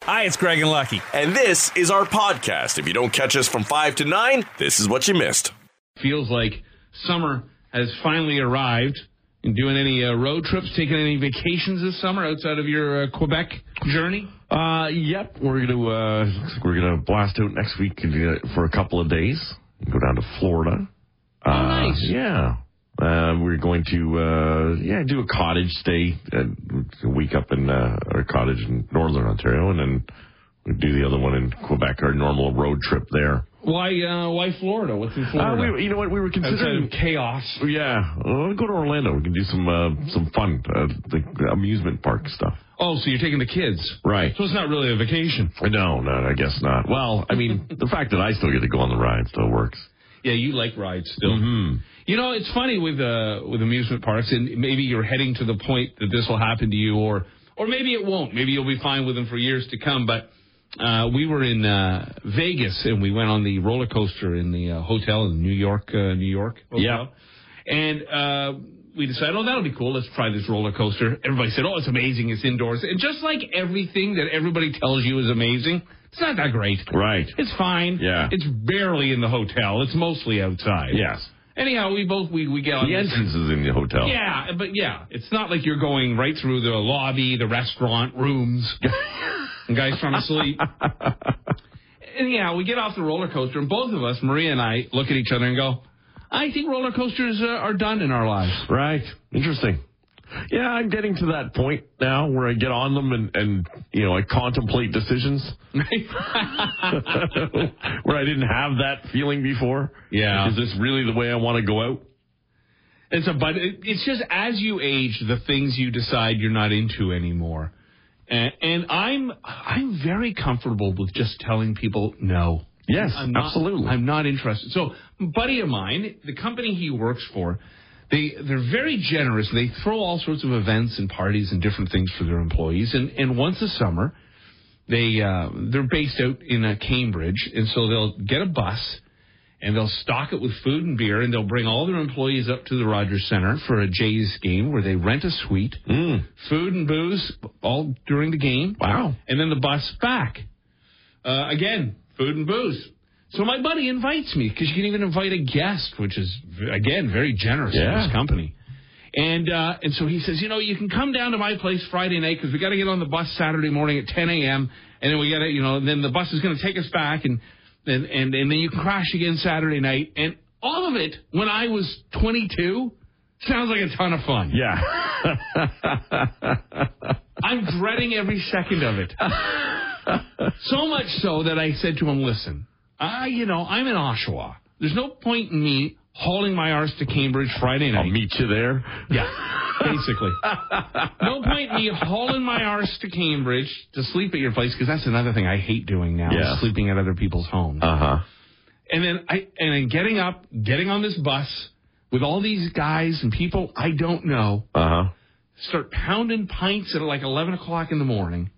Hi, it's Greg and Lucky. And this is our podcast. If you don't catch us from 5 to 9, this is what you missed. feels like summer has finally arrived. And doing any uh, road trips, taking any vacations this summer outside of your uh, Quebec journey? Uh, yep. We're gonna uh, looks like we're gonna blast out next week and, uh, for a couple of days. Go down to Florida. Uh, Oh, nice. Yeah. Uh, we're going to uh, yeah do a cottage stay uh, a week up in uh, our cottage in northern Ontario, and then we do the other one in Quebec. Our normal road trip there. Why? Uh, why Florida? What's in Uh, Florida? we, you know what? We were outside considering of chaos. yeah. Well, we'll go to Orlando. We can do some uh, some fun uh, the amusement park stuff. Oh, so you're taking the kids? Right. So it's not really a vacation. No, no, I guess not. Well, I mean, the fact that I still get to go on the ride still works. Yeah, you like rides still. Mm-hmm. You know, it's funny with uh, with amusement parks, and maybe you're heading to the point that this will happen to you, or or maybe it won't. Maybe you'll be fine with them for years to come. But uh, we were in uh, Vegas, and we went on the roller coaster in the uh, hotel in New York, uh, New York. Hotel. And uh, we decided, oh, that'll be cool. Let's try this roller coaster. Everybody said, oh, it's amazing. It's indoors, and just like everything that everybody tells you is amazing, it's not that great. Right. It's fine. Yeah. It's barely in the hotel. It's mostly outside. Yes. Anyhow, we both we we get on. The this- entrance is in the hotel. Yeah, but yeah, it's not like you're going right through the lobby, the restaurant rooms, and guys trying to sleep. And yeah, we get off the roller coaster, and both of us, Maria and I, look at each other and go, "I think roller coasters uh, are done in our lives." Right. Interesting. Yeah, I'm getting to that point now where I get on them and, and you know, I contemplate decisions where I didn't have that feeling before. Yeah. Is this really the way I want to go out? It's a but it, it's just as you age, the things you decide you're not into anymore. And, and I'm I'm very comfortable with just telling people no. Yes, I'm not- absolutely. I'm not interested. So, a buddy of mine, the company he works for, they they're very generous. They throw all sorts of events and parties and different things for their employees. And and once a summer, they uh, they're based out in uh, Cambridge, and so they'll get a bus and they'll stock it with food and beer, and they'll bring all their employees up to the Rogers Center for a Jays game where they rent a suite, food and booze all during the game. Mm. Wow. And then the bus back. Uh, again, food and booze. So my buddy invites me because you can even invite a guest, which is v- again very generous in Yeah. this company. And uh, and so he says, you know, you can come down to my place Friday night because we got to get on the bus Saturday morning at 10 a.m. and then we got to, you know, then the bus is going to take us back and and and and then you can crash again Saturday night. And all of it when I was 22 sounds like a ton of fun. Yeah. I'm dreading every second of it. so much so that I said to him, listen, I, you know, I'm in Oshawa. There's no point in me hauling my arse to Cambridge Friday I'll night. meet you there. yeah, basically. no point in me hauling my arse to Cambridge to sleep at your place because that's another thing I hate doing now, Yeah. is sleeping at other people's homes. Uh huh. and then I and then getting up, getting on this bus with all these guys and people I don't know Uh huh. start pounding pints at like 11 o'clock in the morning,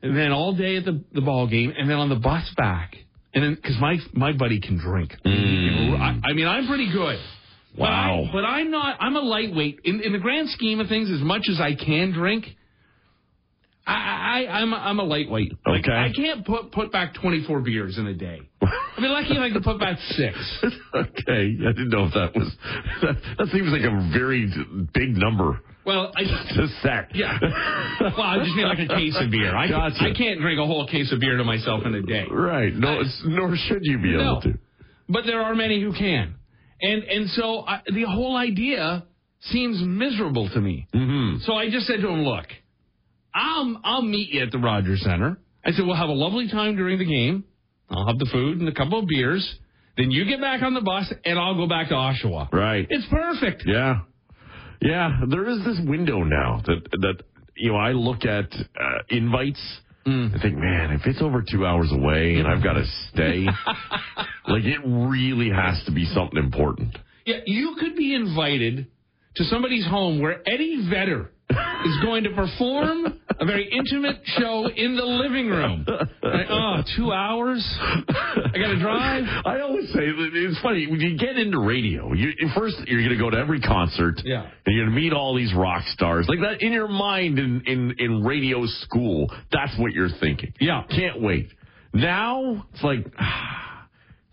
and then all day at the, the ball game, and then on the bus back. And then, because my my buddy can drink. I, I mean, I'm pretty good. Mm. Wow. But, I, but I'm not. I'm a lightweight in, in the grand scheme of things. As much as I can drink, I, I I- I'm a, I'm a lightweight. Like, Okay. I can't put put back 24 beers in a day. I mean, lucky if I can put back six. okay. I didn't know if that was. That, seems like a very big number Well, I. to sack. Yeah. Well, I just mean like a case of beer. I, Gotcha. I can't drink a whole case of beer to myself in a day. Right. No, it's, nor should you be No. able to. But there are many who can. And and so I, the whole idea seems miserable to me. Mm-hmm. So I just said to him, look, I'll, I'll meet you at the Rogers Center. I said, we'll have a lovely time during the game. I'll have the food and a couple of beers. Then you get back on the bus, and I'll go back to Oshawa. Right. It's perfect. Yeah. Yeah. There is this window now that, that you know, I look at uh, invites. Mm. I think, man, if it's over two hours away and I've got to stay, like it really has to be something important. Yeah, you could be invited to somebody's home where Eddie Vedder is going to perform a very intimate show in the living room. Like, oh, two hours? I got to drive? I always say that it's funny when you get into radio. You first you're going to go to every concert, Yeah. and you're going to meet all these rock stars like that in your mind in in in radio school. That's what you're thinking. Yeah. can't wait. Now it's like. ah,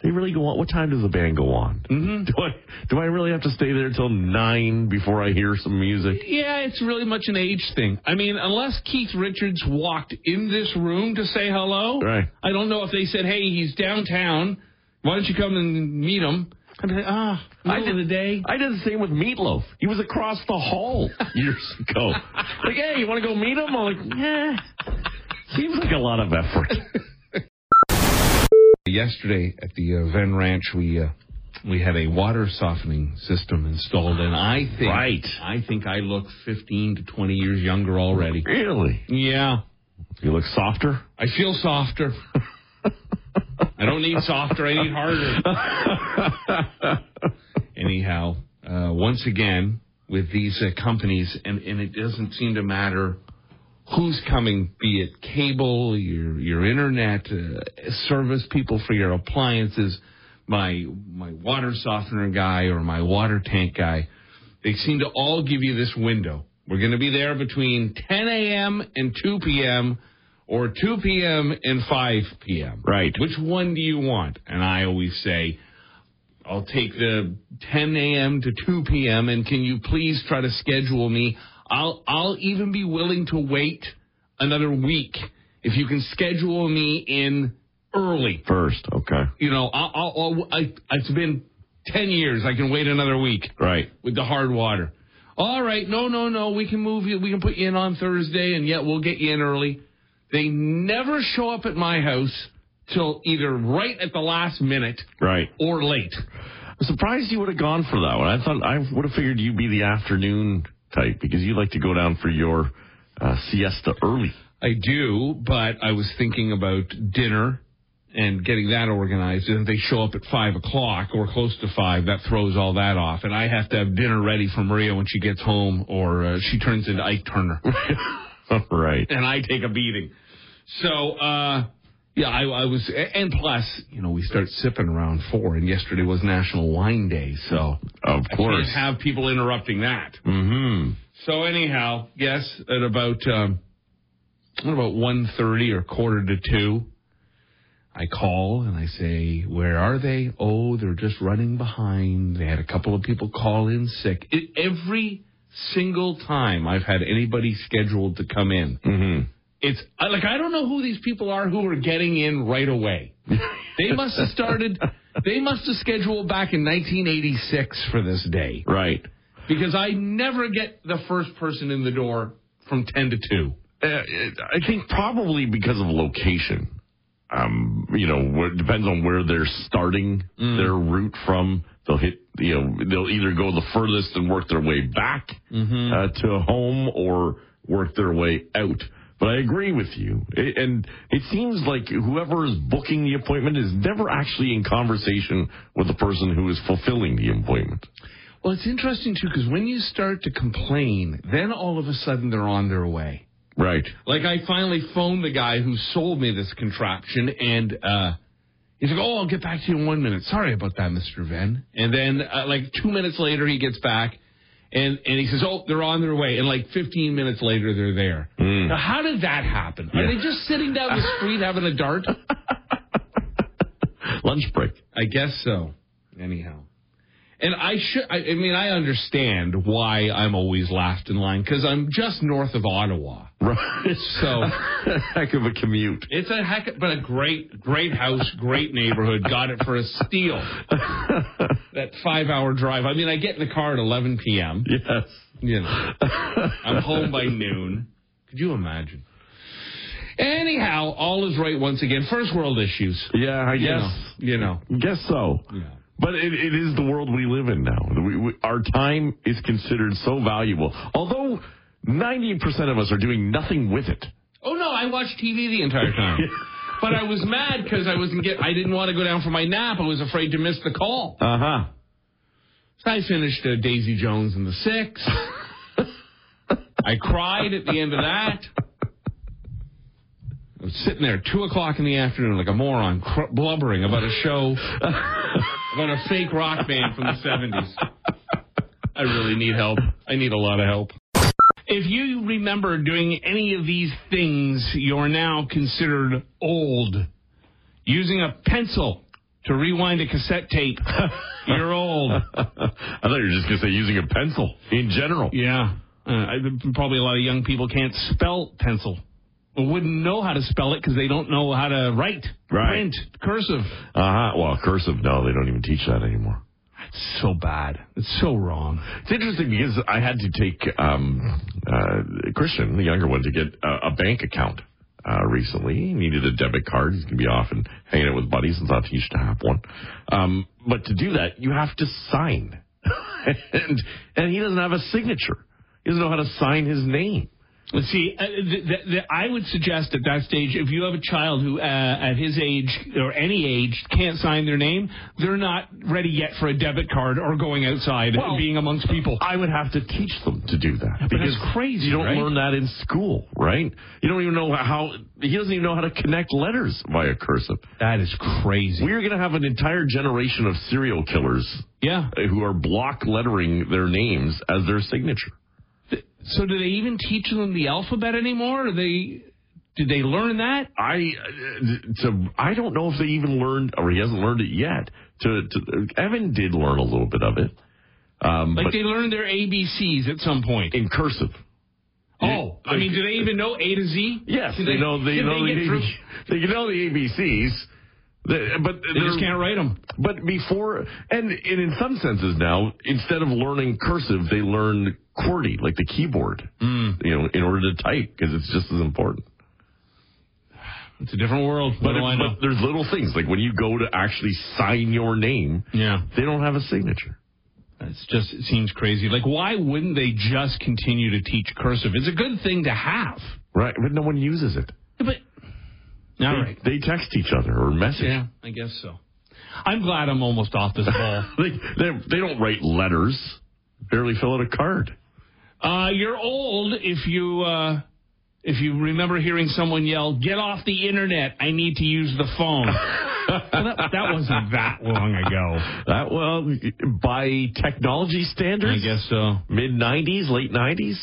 They really go on. What time does the band go on? Mm-hmm. Do I do I really have to stay there till nine before I hear some music? Yeah, it's really much an age thing. I mean, unless Keith Richards walked in this room to say hello, Right. I don't know if they said, "Hey, he's downtown. Why don't you come and meet him?" I'd be like, "Ah, middle did- of the day." I did the same with Meatloaf. He was across the hall years ago. like, hey, you want to go meet him? I'm like, eh. Seems like a lot of effort. Yesterday at the uh, Venn Ranch, we uh, we had a water softening system installed, and I think Right. I think I look 15 to 20 years younger already. Really? Yeah, You look softer? I feel softer. I don't need softer. I need harder. Anyhow, uh, once again, with these uh, companies, and, and it doesn't seem to matter who's coming, be it cable, your your internet uh, service people for your appliances, my my water softener guy or my water tank guy. They seem to all give you this window. We're going to be there between 10 a.m. and 2 p.m. or 2 p.m. and 5 p.m. Right. Which one do you want? And I always say, I'll take the 10 a.m. to 2 p.m. and can you please try to schedule me? I'll I'll even be willing to wait another week if you can schedule me in early. First, okay. You know, I'll, I'll, I'll, I, it's been 10 years. I can wait another week Right. with the hard water. All right, no, no, no. We can move you. We can put you in on Thursday, and yet we'll get you in early. They never show up at my house till either right at the last minute Right. or late. I'm surprised you would have gone for that one. I thought I would have figured you'd be the afternoon type because you like to go down for your uh, siesta early. I do, but I was thinking about dinner and getting that organized. And if they show up at five o'clock or close to five, that throws all that off. And I have to have dinner ready for Maria when she gets home, or uh, she turns into Ike Turner, right. and I take a beating. So, uh, yeah, I, I was, and plus, you know, we start sipping around four, and yesterday was National Wine Day, so Of course. can't have people interrupting that. mm-hmm. So anyhow, yes, at about um, what about one thirty or quarter to two, I call and I say, "Where are they? Oh, they're just running behind. They had a couple of people call in sick. It, every single time I've had anybody scheduled to come in, Mm-hmm. it's I- like I don't know who these people are who are getting in right away. they must have started. They must have scheduled back in 1986 for this day Right. because I never get the first person in the door from 10 to 2. Uh, I think probably because of location. Um, you know, where- it depends on where they're starting their route from. They'll hit, you know, they'll either go the furthest and work their way back uh, to home or work their way out. But I agree with you. It, and it seems like whoever is booking the appointment is never actually in conversation with the person who is fulfilling the appointment. Well, it's interesting, too, because when you start to complain, then all of a sudden they're on their way. Right. Like, I finally phoned the guy who sold me this contraption, and uh, he's like, Oh, I'll get back to you in one minute. Sorry about that, Mr. Venn. And then, uh, like, two minutes later, he gets back. And, and he says, oh, they're on their way. And like 15 minutes later, they're there. Now, how did that happen? Are they just sitting down the street having a dart? Lunch break. I guess so. Anyhow. And I should, I, I mean, I understand why I'm always last in line because I'm just north of Ottawa. Right. So Heck of a commute. it's a heck, of, but a great, great house, great neighborhood. Got it for a steal. that five hour drive. I mean, I get in the car at 11 p.m. Yes. You know, I'm home by noon. Could you imagine? Anyhow, all is right once again. First world issues. Yeah, I You guess. know, you know. Guess so. But it, it is the world we live in now. We, we, our time is considered so valuable. Although 90% of us are doing nothing with it. Oh no, I watched TV the entire time. but I was mad because I wasn't get. I didn't want to go down for my nap. I was afraid to miss the call. Uh huh. So I finished uh, Daisy Jones and the Six. I cried at the end of that. I was sitting there two o'clock in the afternoon like a moron, cr- blubbering about a show about a fake rock band from the seventies. I really need help. I need a lot of help. If you remember doing any of these things, you're now considered old. Using a pencil to rewind a cassette tape, you're old. I thought you were just gonna say using a pencil in general. Yeah. Uh, I, probably a lot of young people can't spell pencil or wouldn't know how to spell it because they don't know how to write, Right. print, cursive. Uh huh. Well, cursive. No, they don't even teach that anymore. It's so bad. It's so wrong. It's interesting because I had to take um, uh, Christian, the younger one, to get a, a bank account uh, recently. He needed a debit card. He's going to be off and hanging out with buddies and thought he should have one. Um, but to do that, you have to sign. and, and he doesn't have a signature. He doesn't know how to sign his name. Let's see. Uh, th- th- th- I would suggest at that stage, if you have a child who, uh, at his age or any age, can't sign their name, they're not ready yet for a debit card or going outside Well, and being amongst people. I would have to teach them to do that because that's crazy, You don't right? learn that in school, right? You don't even know how. He doesn't even know how to connect letters via cursive. That is crazy. We're going to have an entire generation of serial killers yeah. who are block lettering their names as their signature. So do they even teach them the alphabet anymore? Are they? Did they learn that? I uh, to I don't know if they even learned or he hasn't learned it yet. To, to Evan did learn a little bit of it, um, Like but they learned their ABCs at some point. in cursive. Oh, I mean, do they even know A to Z? Yes, Do they, know they did know they, the get through- ABC, they know the ABCs, they- but they just can't write them. But before, and, and in some senses now, instead of learning cursive, they learn QWERTY, like the keyboard, Hmm. you know, in order to type because it's just as important. It's a different world. What But, do I it, know? but there's little things like when you go to actually sign your name, yeah, they don't have a signature. it's just it seems crazy. Like, why wouldn't they just continue to teach cursive? It's a good thing to have. Right, but no one uses it. But all right, They text each other or message. yeah, I guess so. I'm glad I'm almost off this ball. They, they they don't write letters. Barely fill out a card. Uh, you're old if you uh, if you remember hearing someone yell, "Get off the internet! I need to use the phone." Well, that, that wasn't that long ago. That well, by technology I standards, guess so. mid '90s, late '90s.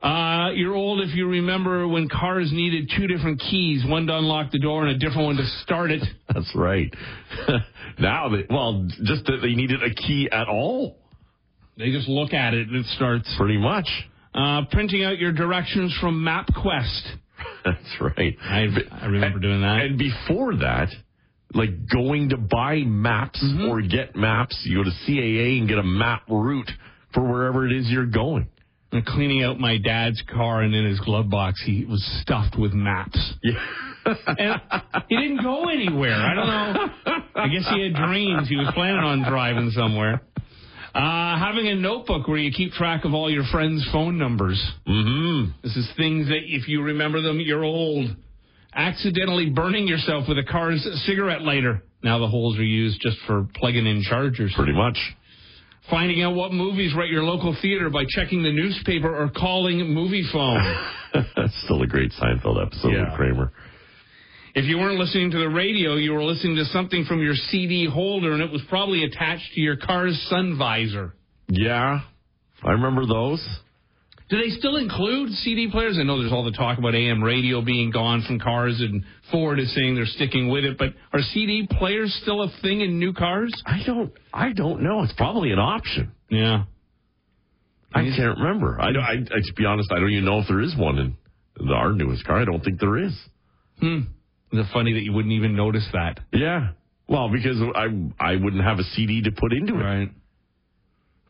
Uh, you're old if you remember when cars needed two different keys, one to unlock the door and a different one to start it. That's right. now they well, just that they needed a key at all, They just look at it and it starts. pretty much. Uh, printing out your directions from MapQuest. That's right. I, I remember doing that. And before that, like going to buy maps Mm-hmm. or get maps, you go to CAA and get a map route for wherever it is you're going. and cleaning out my dad's car, and in his glove box, he was stuffed with maps. Yeah. and he didn't go anywhere. I don't know. I guess he had dreams. He was planning on driving somewhere. Uh, having a notebook where you keep track of all your friends' phone numbers. Mm-hmm. This is things that if you remember them, you're old. Accidentally burning yourself with a car's cigarette lighter. Now the holes are used just for plugging in chargers. Pretty much. Finding out what movies were at your local theater by checking the newspaper or calling movie phone. That's still a great Seinfeld episode Yeah. with Kramer. if you weren't listening to the radio, you were listening to something from your CD holder and it was probably attached to your car's sun visor. Yeah, I remember those. Do they still include CD players? I know there's all the talk about AM radio being gone from cars and Ford is saying they're sticking with it, but are CD players still a thing in new cars? I don't. I don't know. It's probably an option. Yeah. I can't remember. I, don't- I, I to be honest, I don't even know if there is one in the, our newest car. I don't think there is. Is it funny that you wouldn't even notice that? Yeah. Well, because I I wouldn't have a CD to put into it. Right.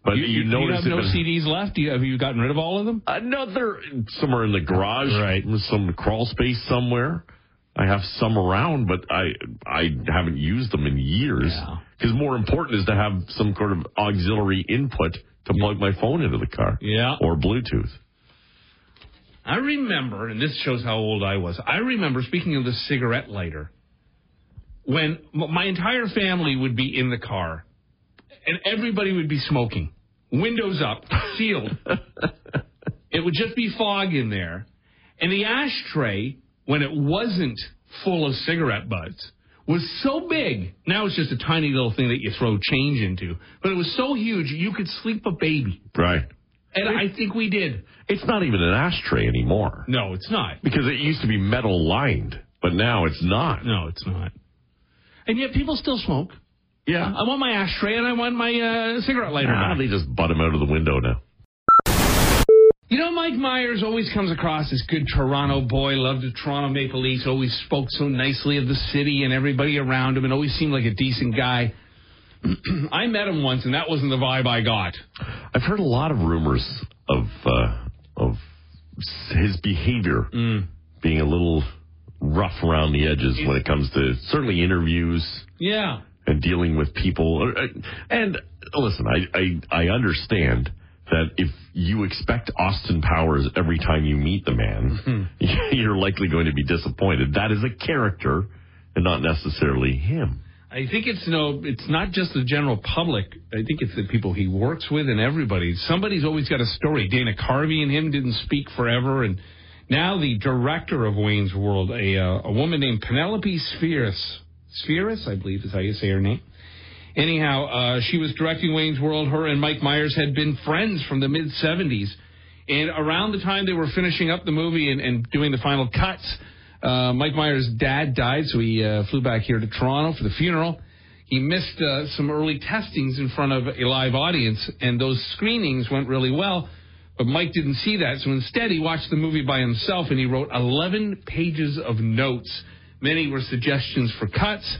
But You, you, you, you notice have if no it- CDs left? Do you, have you gotten rid of all of them? another somewhere in the garage, Right. Some crawl space somewhere. I have some around, but I I haven't used them in years Yeah. because more important is to have some sort of auxiliary input to plug my phone into the car, Yeah. or Bluetooth. I remember, and this shows how old I was. I remember speaking of the cigarette lighter, when m- my entire family would be in the car, and everybody would be smoking, windows up, sealed. It would just be fog in there. And the ashtray, when it wasn't full of cigarette butts, was so big. Now it's just a tiny little thing that you throw change into, but it was so huge you could sleep a baby. Right. And I think we did. It's not even an ashtray anymore No, it's not. because it used to be metal lined, but now it's not. No, it's not. And yet people still smoke. Yeah. I want my ashtray and I want my uh, cigarette lighter. Nah, back. they just butt him out of the window now. You know, Mike Myers always comes across as good Toronto boy, loved the Toronto Maple Leafs, always spoke so nicely of the city and everybody around him, and always seemed like a decent guy. I met him once, and that wasn't the vibe I got. I've heard a lot of rumors of uh, of s- his behavior being a little rough around the edges when it comes to certainly interviews Yeah. and dealing with people. Uh, And listen, I I, I understand. That if you expect Austin Powers every time you meet the man, you're likely going to be disappointed. That is a character and not necessarily him. I think it's no, it's not just the general public. I think it's the people he works with and everybody. Somebody's always got a story. Dana Carvey and him didn't speak forever, and now the director of Wayne's World, a uh, a woman named Penelope Spheris, Spheris, I believe is how you say her name. Anyhow, uh, she was directing Wayne's World. Her and Mike Myers had been friends from the mid 70s. And around the time they were finishing up the movie and, and doing the final cuts, uh, Mike Myers' dad died, so he uh, flew back here to Toronto for the funeral. He missed uh, some early testings in front of a live audience, and those screenings went really well. But Mike didn't see that, so instead he watched the movie by himself and he wrote 11 pages of notes. Many were suggestions for cuts,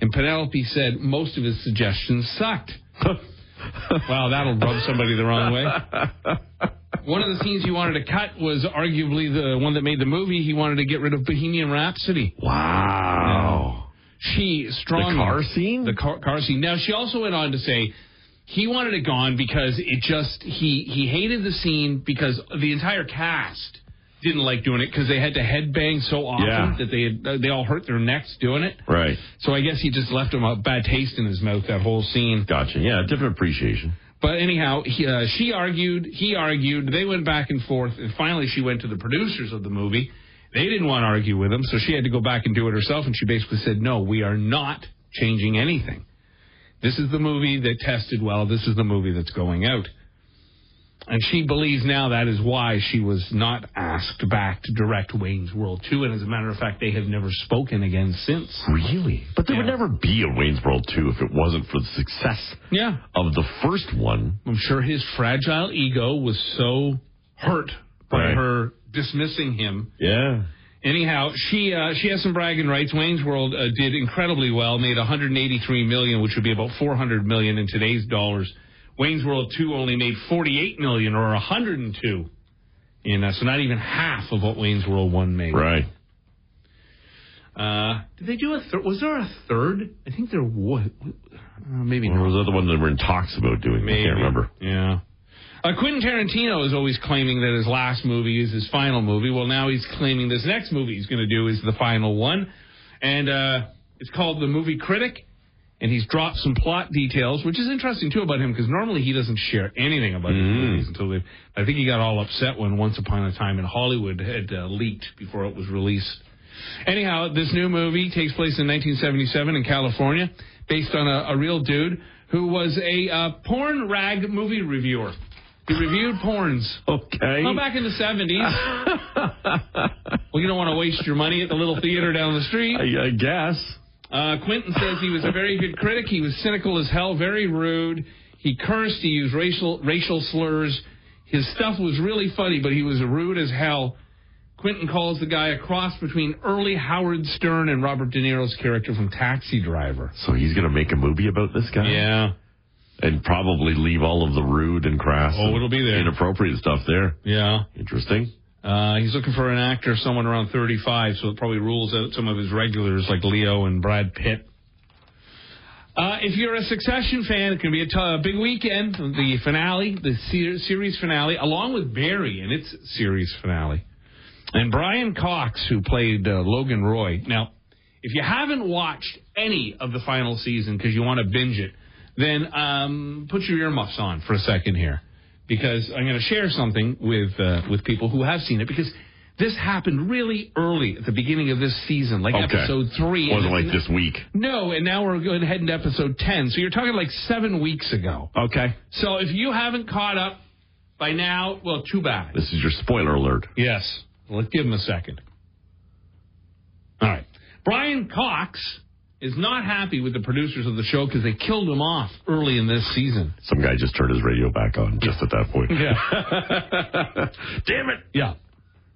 and Penelope said most of his suggestions sucked. wow, that'll rub somebody the wrong way. One of the scenes he wanted to cut was arguably the one that made the movie. He wanted to get rid of Bohemian Rhapsody. Wow. She strongly The car scene? The car, car scene. Now she also went on to say he wanted it gone because it just he he hated the scene because the entire cast didn't like doing it because they had to headbang so often Yeah. that they had, they all hurt their necks doing it. Right. So I guess he just left him a bad taste in his mouth that whole scene. Gotcha. Yeah, different appreciation. But anyhow, he, uh, she argued, he argued, they went back and forth, and finally she went to the producers of the movie. They didn't want to argue with him, so she had to go back and do it herself, and she basically said, No, we are not changing anything. This is the movie that tested well, this is the movie that's going out. And she believes now that is why she was not asked back to direct Wayne's World 2, and as a matter of fact, they have never spoken again since. Really? But there would Yeah. never be a Wayne's World 2 if it wasn't for the success Yeah. of the first one. I'm sure his fragile ego was so hurt by Right. her dismissing him. Yeah. Anyhow, she uh, she has some bragging rights. Wayne's World uh, did incredibly well, made 183 million, which would be about 400 million in today's dollars. Wayne's World 2 only made 48 million or 102. And uh, so not even half of what Wayne's World 1 made. Right. Uh, did they do a third? Was there a third? I think there was. Uh, maybe Or not. was that the one that we're in talks about doing? I can't remember. Yeah. Uh, Quentin Tarantino is always claiming that his last movie is his final movie. Well, now he's claiming this next movie he's going to do is the final one. And uh, it's called The Movie Critic. And he's dropped some plot details, which is interesting, too, about him, because normally he doesn't share anything about Mm. his movies until they. I think he got all upset when Once Upon a Time in Hollywood had uh, leaked before it was released. Anyhow, this new movie takes place in 1977 in California, based on a, a real dude who was a uh, porn rag movie reviewer. He reviewed porns. Okay. Well, back in the 70s. well, you don't want to waste your money at the little theater down the street. I, I guess. Uh, Quentin says he was a very good critic. He was cynical as hell, very rude. He cursed. He used racial racial slurs. His stuff was really funny, but he was rude as hell. Quentin calls the guy a cross between early Howard Stern and Robert De Niro's character from Taxi Driver. So he's going to make a movie about this guy? Yeah, And probably leave all of the rude and crass Oh, and it'll be there. inappropriate stuff there. yeah. Interesting. Uh, he's looking for an actor, someone around 35, so it probably rules out some of his regulars like Leo and Brad Pitt. Uh, if you're a Succession fan, it can be a t- a big weekend. The finale, the ser- series finale, along with Barry and its series finale, and Brian Cox, who played uh, Logan Roy. Now, if you haven't watched any of the final season because you want to binge it, then um, put your earmuffs on for a second here because I'm going to share something with uh, with people who have seen it because this happened really early at the beginning of this season, like Okay. episode three. Wasn't And- like this week. No, and now we're going heading to episode ten. So you're talking like seven weeks ago. Okay. So if you haven't caught up by now, well, too bad. This is your spoiler alert. Yes. Let's give him a second. All right. Brian Cox is not happy with the producers of the show because they killed him off early in this season. Some guy just turned his radio back on just at that point. Yeah. Damn it. yeah.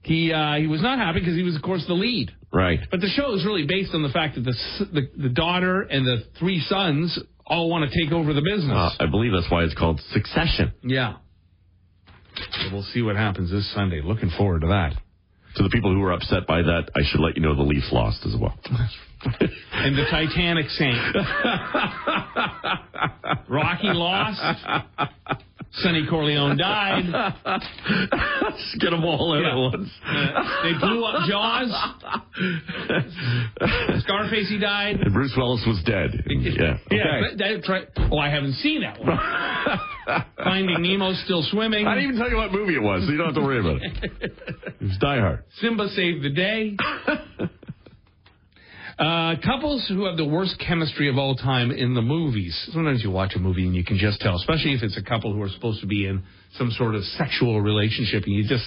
He uh, he was not happy because he was of course the lead. Right. But the show is really based on the fact that the s- the, the daughter and the three sons all want to take over the business. Uh, I believe that's why it's called Succession. yeah. So we'll see what happens this Sunday. Looking forward to that. To the people who were upset by that, I should let you know the Leafs lost as well. and the Titanic sank. Rocky lost. Sonny Corleone died. Just get them all in Yeah. at once. They blew up Jaws. Scarface, he died. And Bruce Willis was dead. Yeah. Yeah, but that- try- oh, I haven't seen that one. Finding Nemo still swimming. I didn't even tell you what movie it was, so you don't have to worry about it. It was Die Hard. Simba saved the day. Uh, couples who have the worst chemistry of all time in the movies. Sometimes you watch a movie and you can just tell, especially if it's a couple who are supposed to be in some sort of sexual relationship, and you just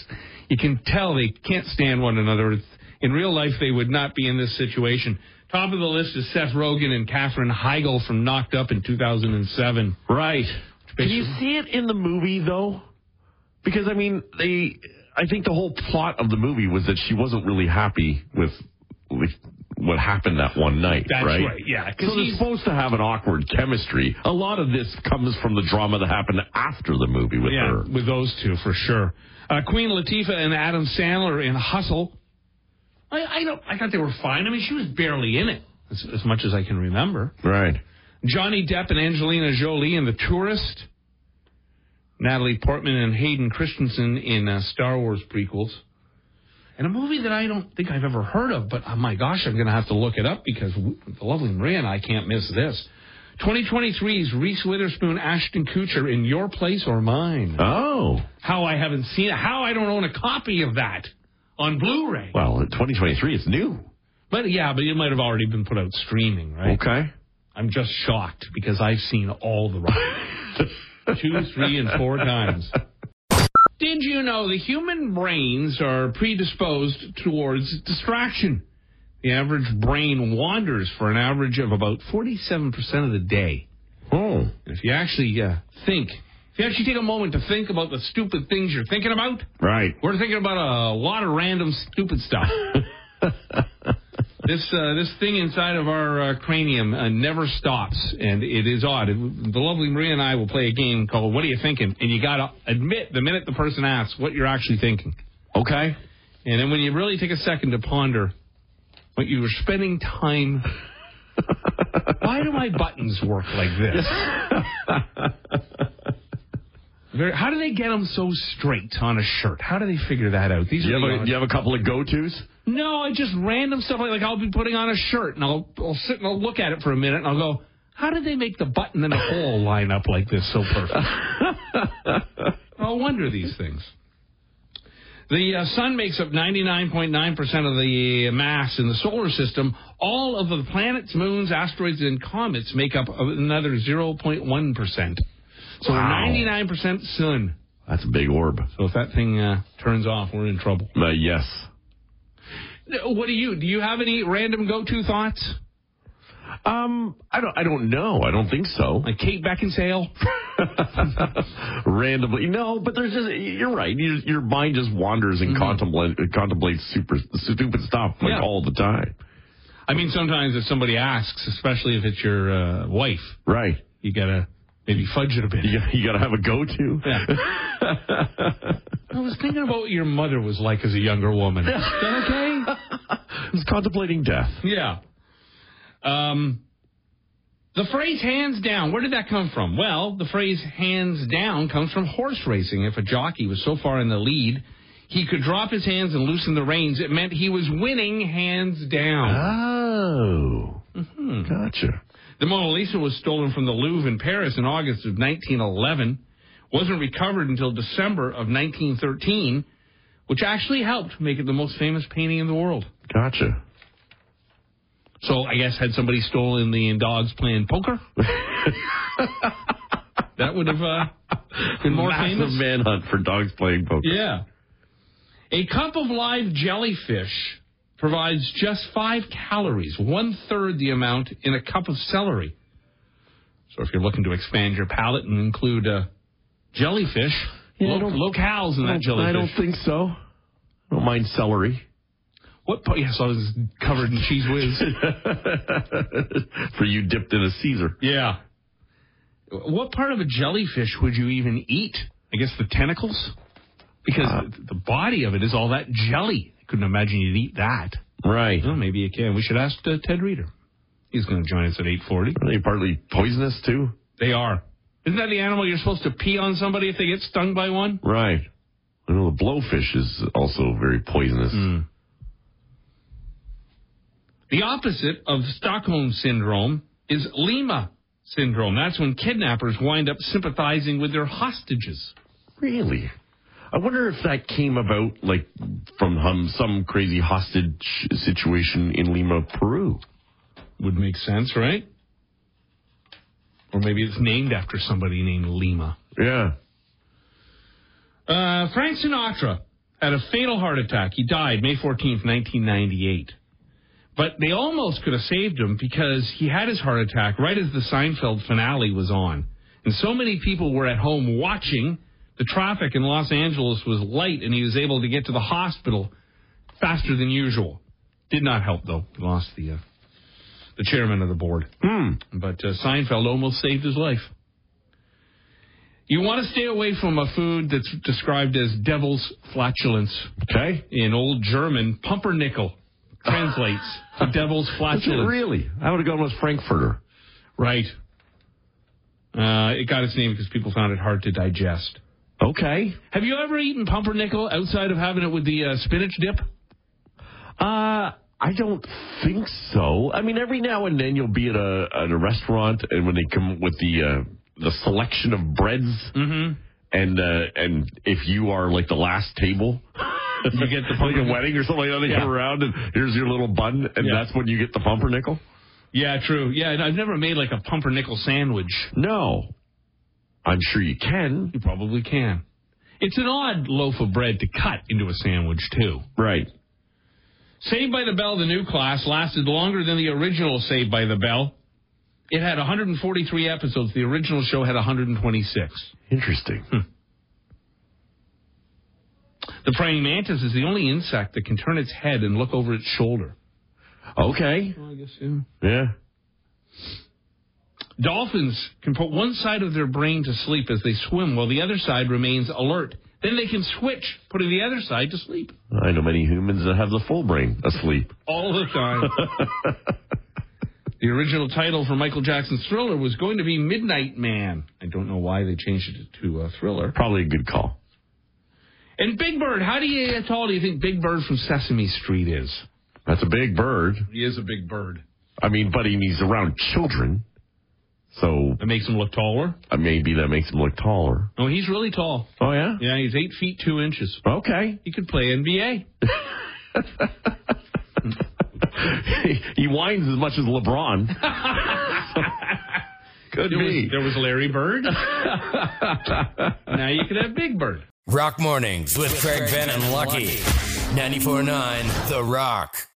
you can tell they can't stand one another. It's- In real life, they would not be in this situation. Top of the list is Seth Rogen and Katherine Heigl from Knocked Up in 2007. Right. Can you see it in the movie though? Because I mean, they. I think the whole plot of the movie was that she wasn't really happy with, with what happened that one night, That's right? right, yeah, 'cause So they're he's- supposed to have an awkward chemistry. A lot of this comes from the drama that happened after the movie with Yeah, her. with those two for sure. Uh, Queen Latifah and Adam Sandler in Hustle. I, I don't. I thought they were fine. I mean, she was barely in it, as, as much as I can remember. Right. Johnny Depp and Angelina Jolie in The Tourist. Natalie Portman and Hayden Christensen in uh, Star Wars prequels. And a movie that I don't think I've ever heard of, but oh my gosh, I'm going to have to look it up because w- the lovely Maria and I can't miss this. 2023's Reese Witherspoon, Ashton Kutcher in Your Place or Mine Oh. how I haven't seen it, how I don't own a copy of that on Blu-ray. Well, in 2023, it's new. But yeah, but it might have already been put out streaming, right? Okay. I'm just shocked because I've seen all the Rocky two, three, and four times. Did you know the human brains are predisposed towards distraction? The average brain wanders for an average of about 47% of the day. Oh. And if you actually uh, think, if you actually take a moment to think about the stupid things you're thinking about, Right. We're thinking about a lot of random stupid stuff. this uh, this thing inside of our uh, cranium uh, never stops, and it is odd. It- the lovely Maria and I will play a game called "What Are You Thinking?" and you gotta admit the minute the person asks what you're actually thinking, Okay. and then when you really take a second to ponder what you were spending time. Why do my buttons work like this? Very, how do they get them so straight on a shirt? How do they figure that out? These Do you are the have a, odd- do you have a couple of go-tos? No, I just random stuff like, like I'll be putting on a shirt and I'll I'll sit and I'll look at it for a minute and I'll go, how did they make the button and the hole line up like this so perfect? I'll wonder these things. The uh, sun makes up 99.9% of the mass in the solar system. All of the planets, moons, asteroids, and comets make up another 0.1%. So we're Wow. 99% sun. That's a big orb. So if that thing uh, turns off, we're in trouble. Uh, yes. What do you do? You have any random go-to thoughts? Um, I don't. I don't know. I don't think so. Like Kate Beckinsale? randomly. No, but there's just you're right. Your, your mind just wanders and contemplate contemplates super stupid stuff like Mm-hmm. Yeah. all the time. I mean, sometimes if somebody asks, especially if it's your uh, wife, Right. you gotta maybe fudge it a bit. You, got- you got to have a go-to. Yeah. I was thinking about what your mother was like as a younger woman. Is that okay? It's contemplating death. Yeah. Um, the phrase hands down, where did that come from? Well, the phrase hands down comes from horse racing. If a jockey was so far in the lead, he could drop his hands and loosen the reins. It meant he was winning hands down. Oh. Mm-hmm. Gotcha. The Mona Lisa was stolen from the Louvre in Paris in August of 1911. wasn't recovered until December of 1913, which actually helped make it the most famous painting in the world. Gotcha. So I guess had somebody stolen the dogs playing poker, that would have uh, been more Massive famous. manhunt for dogs playing poker. Yeah. A cup of live jellyfish provides just five calories, one third the amount in a cup of celery. So if you're looking to expand your palate and include uh, jellyfish, Yeah, I lo- don't- locales in I that don't- I don't jellyfish. think so. I don't mind celery. What part? Yes, I was covered in cheese whiz. for you dipped in a Caesar. yeah. What part of a jellyfish would you even eat? I guess the tentacles? Because the body of it is all that jelly. I couldn't imagine you'd eat that. Right. Well, maybe you can. We should ask uh, Ted Reeder. He's going to join us at 8:40. Are they partly poisonous too? They are. Isn't that the animal you're supposed to pee on somebody if they get stung by one? Right. I know the blowfish is also very poisonous. The opposite of Stockholm syndrome is Lima syndrome. That's when kidnappers wind up sympathizing with their hostages. Really? I wonder if that came about like from um, some crazy hostage situation in Lima, Peru. Would make sense, right? Or maybe it's named after somebody named Lima. Yeah. Uh, Frank Sinatra had a fatal heart attack. He died May 14th, 1998. But they almost could have saved him because he had his heart attack right as the Seinfeld finale was on. And so many people were at home watching. The traffic in Los Angeles was light, and he was able to get to the hospital faster than usual. Did not help, though. He lost the, uh, the chairman of the board. But uh, Seinfeld almost saved his life. You want to stay away from a food that's described as devil's flatulence. Okay. In old German, pumpernickel translates to devil's flatulence. Really? I would have gone with Frankfurter. right. Uh, it got its name because people found it hard to digest. Okay. Have you ever eaten pumpernickel outside of having it with the uh, spinach dip? Uh, I don't think so. I mean, every now and then you'll be at a at a restaurant, and when they come with the uh, the selection of breads, Mm-hmm. and uh, and if you are like the last table. You get the Like a pumpernickel. wedding or something like that, they Yeah. come around and here's your little bun, and Yeah. that's when you get the pumpernickel? Yeah, true. Yeah, and I've never made like a pumpernickel sandwich. No. I'm sure you can. You probably can. It's an odd loaf of bread to cut into a sandwich, too. Right. Saved by the Bell, the new class, lasted longer than the original Saved by the Bell. It had 143 episodes. The original show had 126. Interesting. The praying mantis is the only insect that can turn its head and look over its shoulder. Hmm. Okay. I guess, yeah. Yeah. Dolphins can put one side of their brain to sleep as they swim while the other side remains alert. Then they can switch, putting the other side to sleep. I know many humans that have the full brain asleep. all the time. the original title for Michael Jackson's Thriller was going to be Midnight Man. I don't know why they changed it to uh, Thriller. Probably a good call. And Big Bird, how do you how tall do you think Big Bird from Sesame Street is? That's a big bird. He is a big bird. I mean, but he needs around children. So That makes him look taller. uh, maybe that makes him look taller. Oh, he's really tall. Oh, yeah? Yeah, he's eight feet two inches. Okay. He could play NBA. he whines as much as LeBron. Could There was, be. there was Larry Bird. now you could have Big Bird. Rock Mornings with Craig Venn and Lucky. 94.9 The Rock.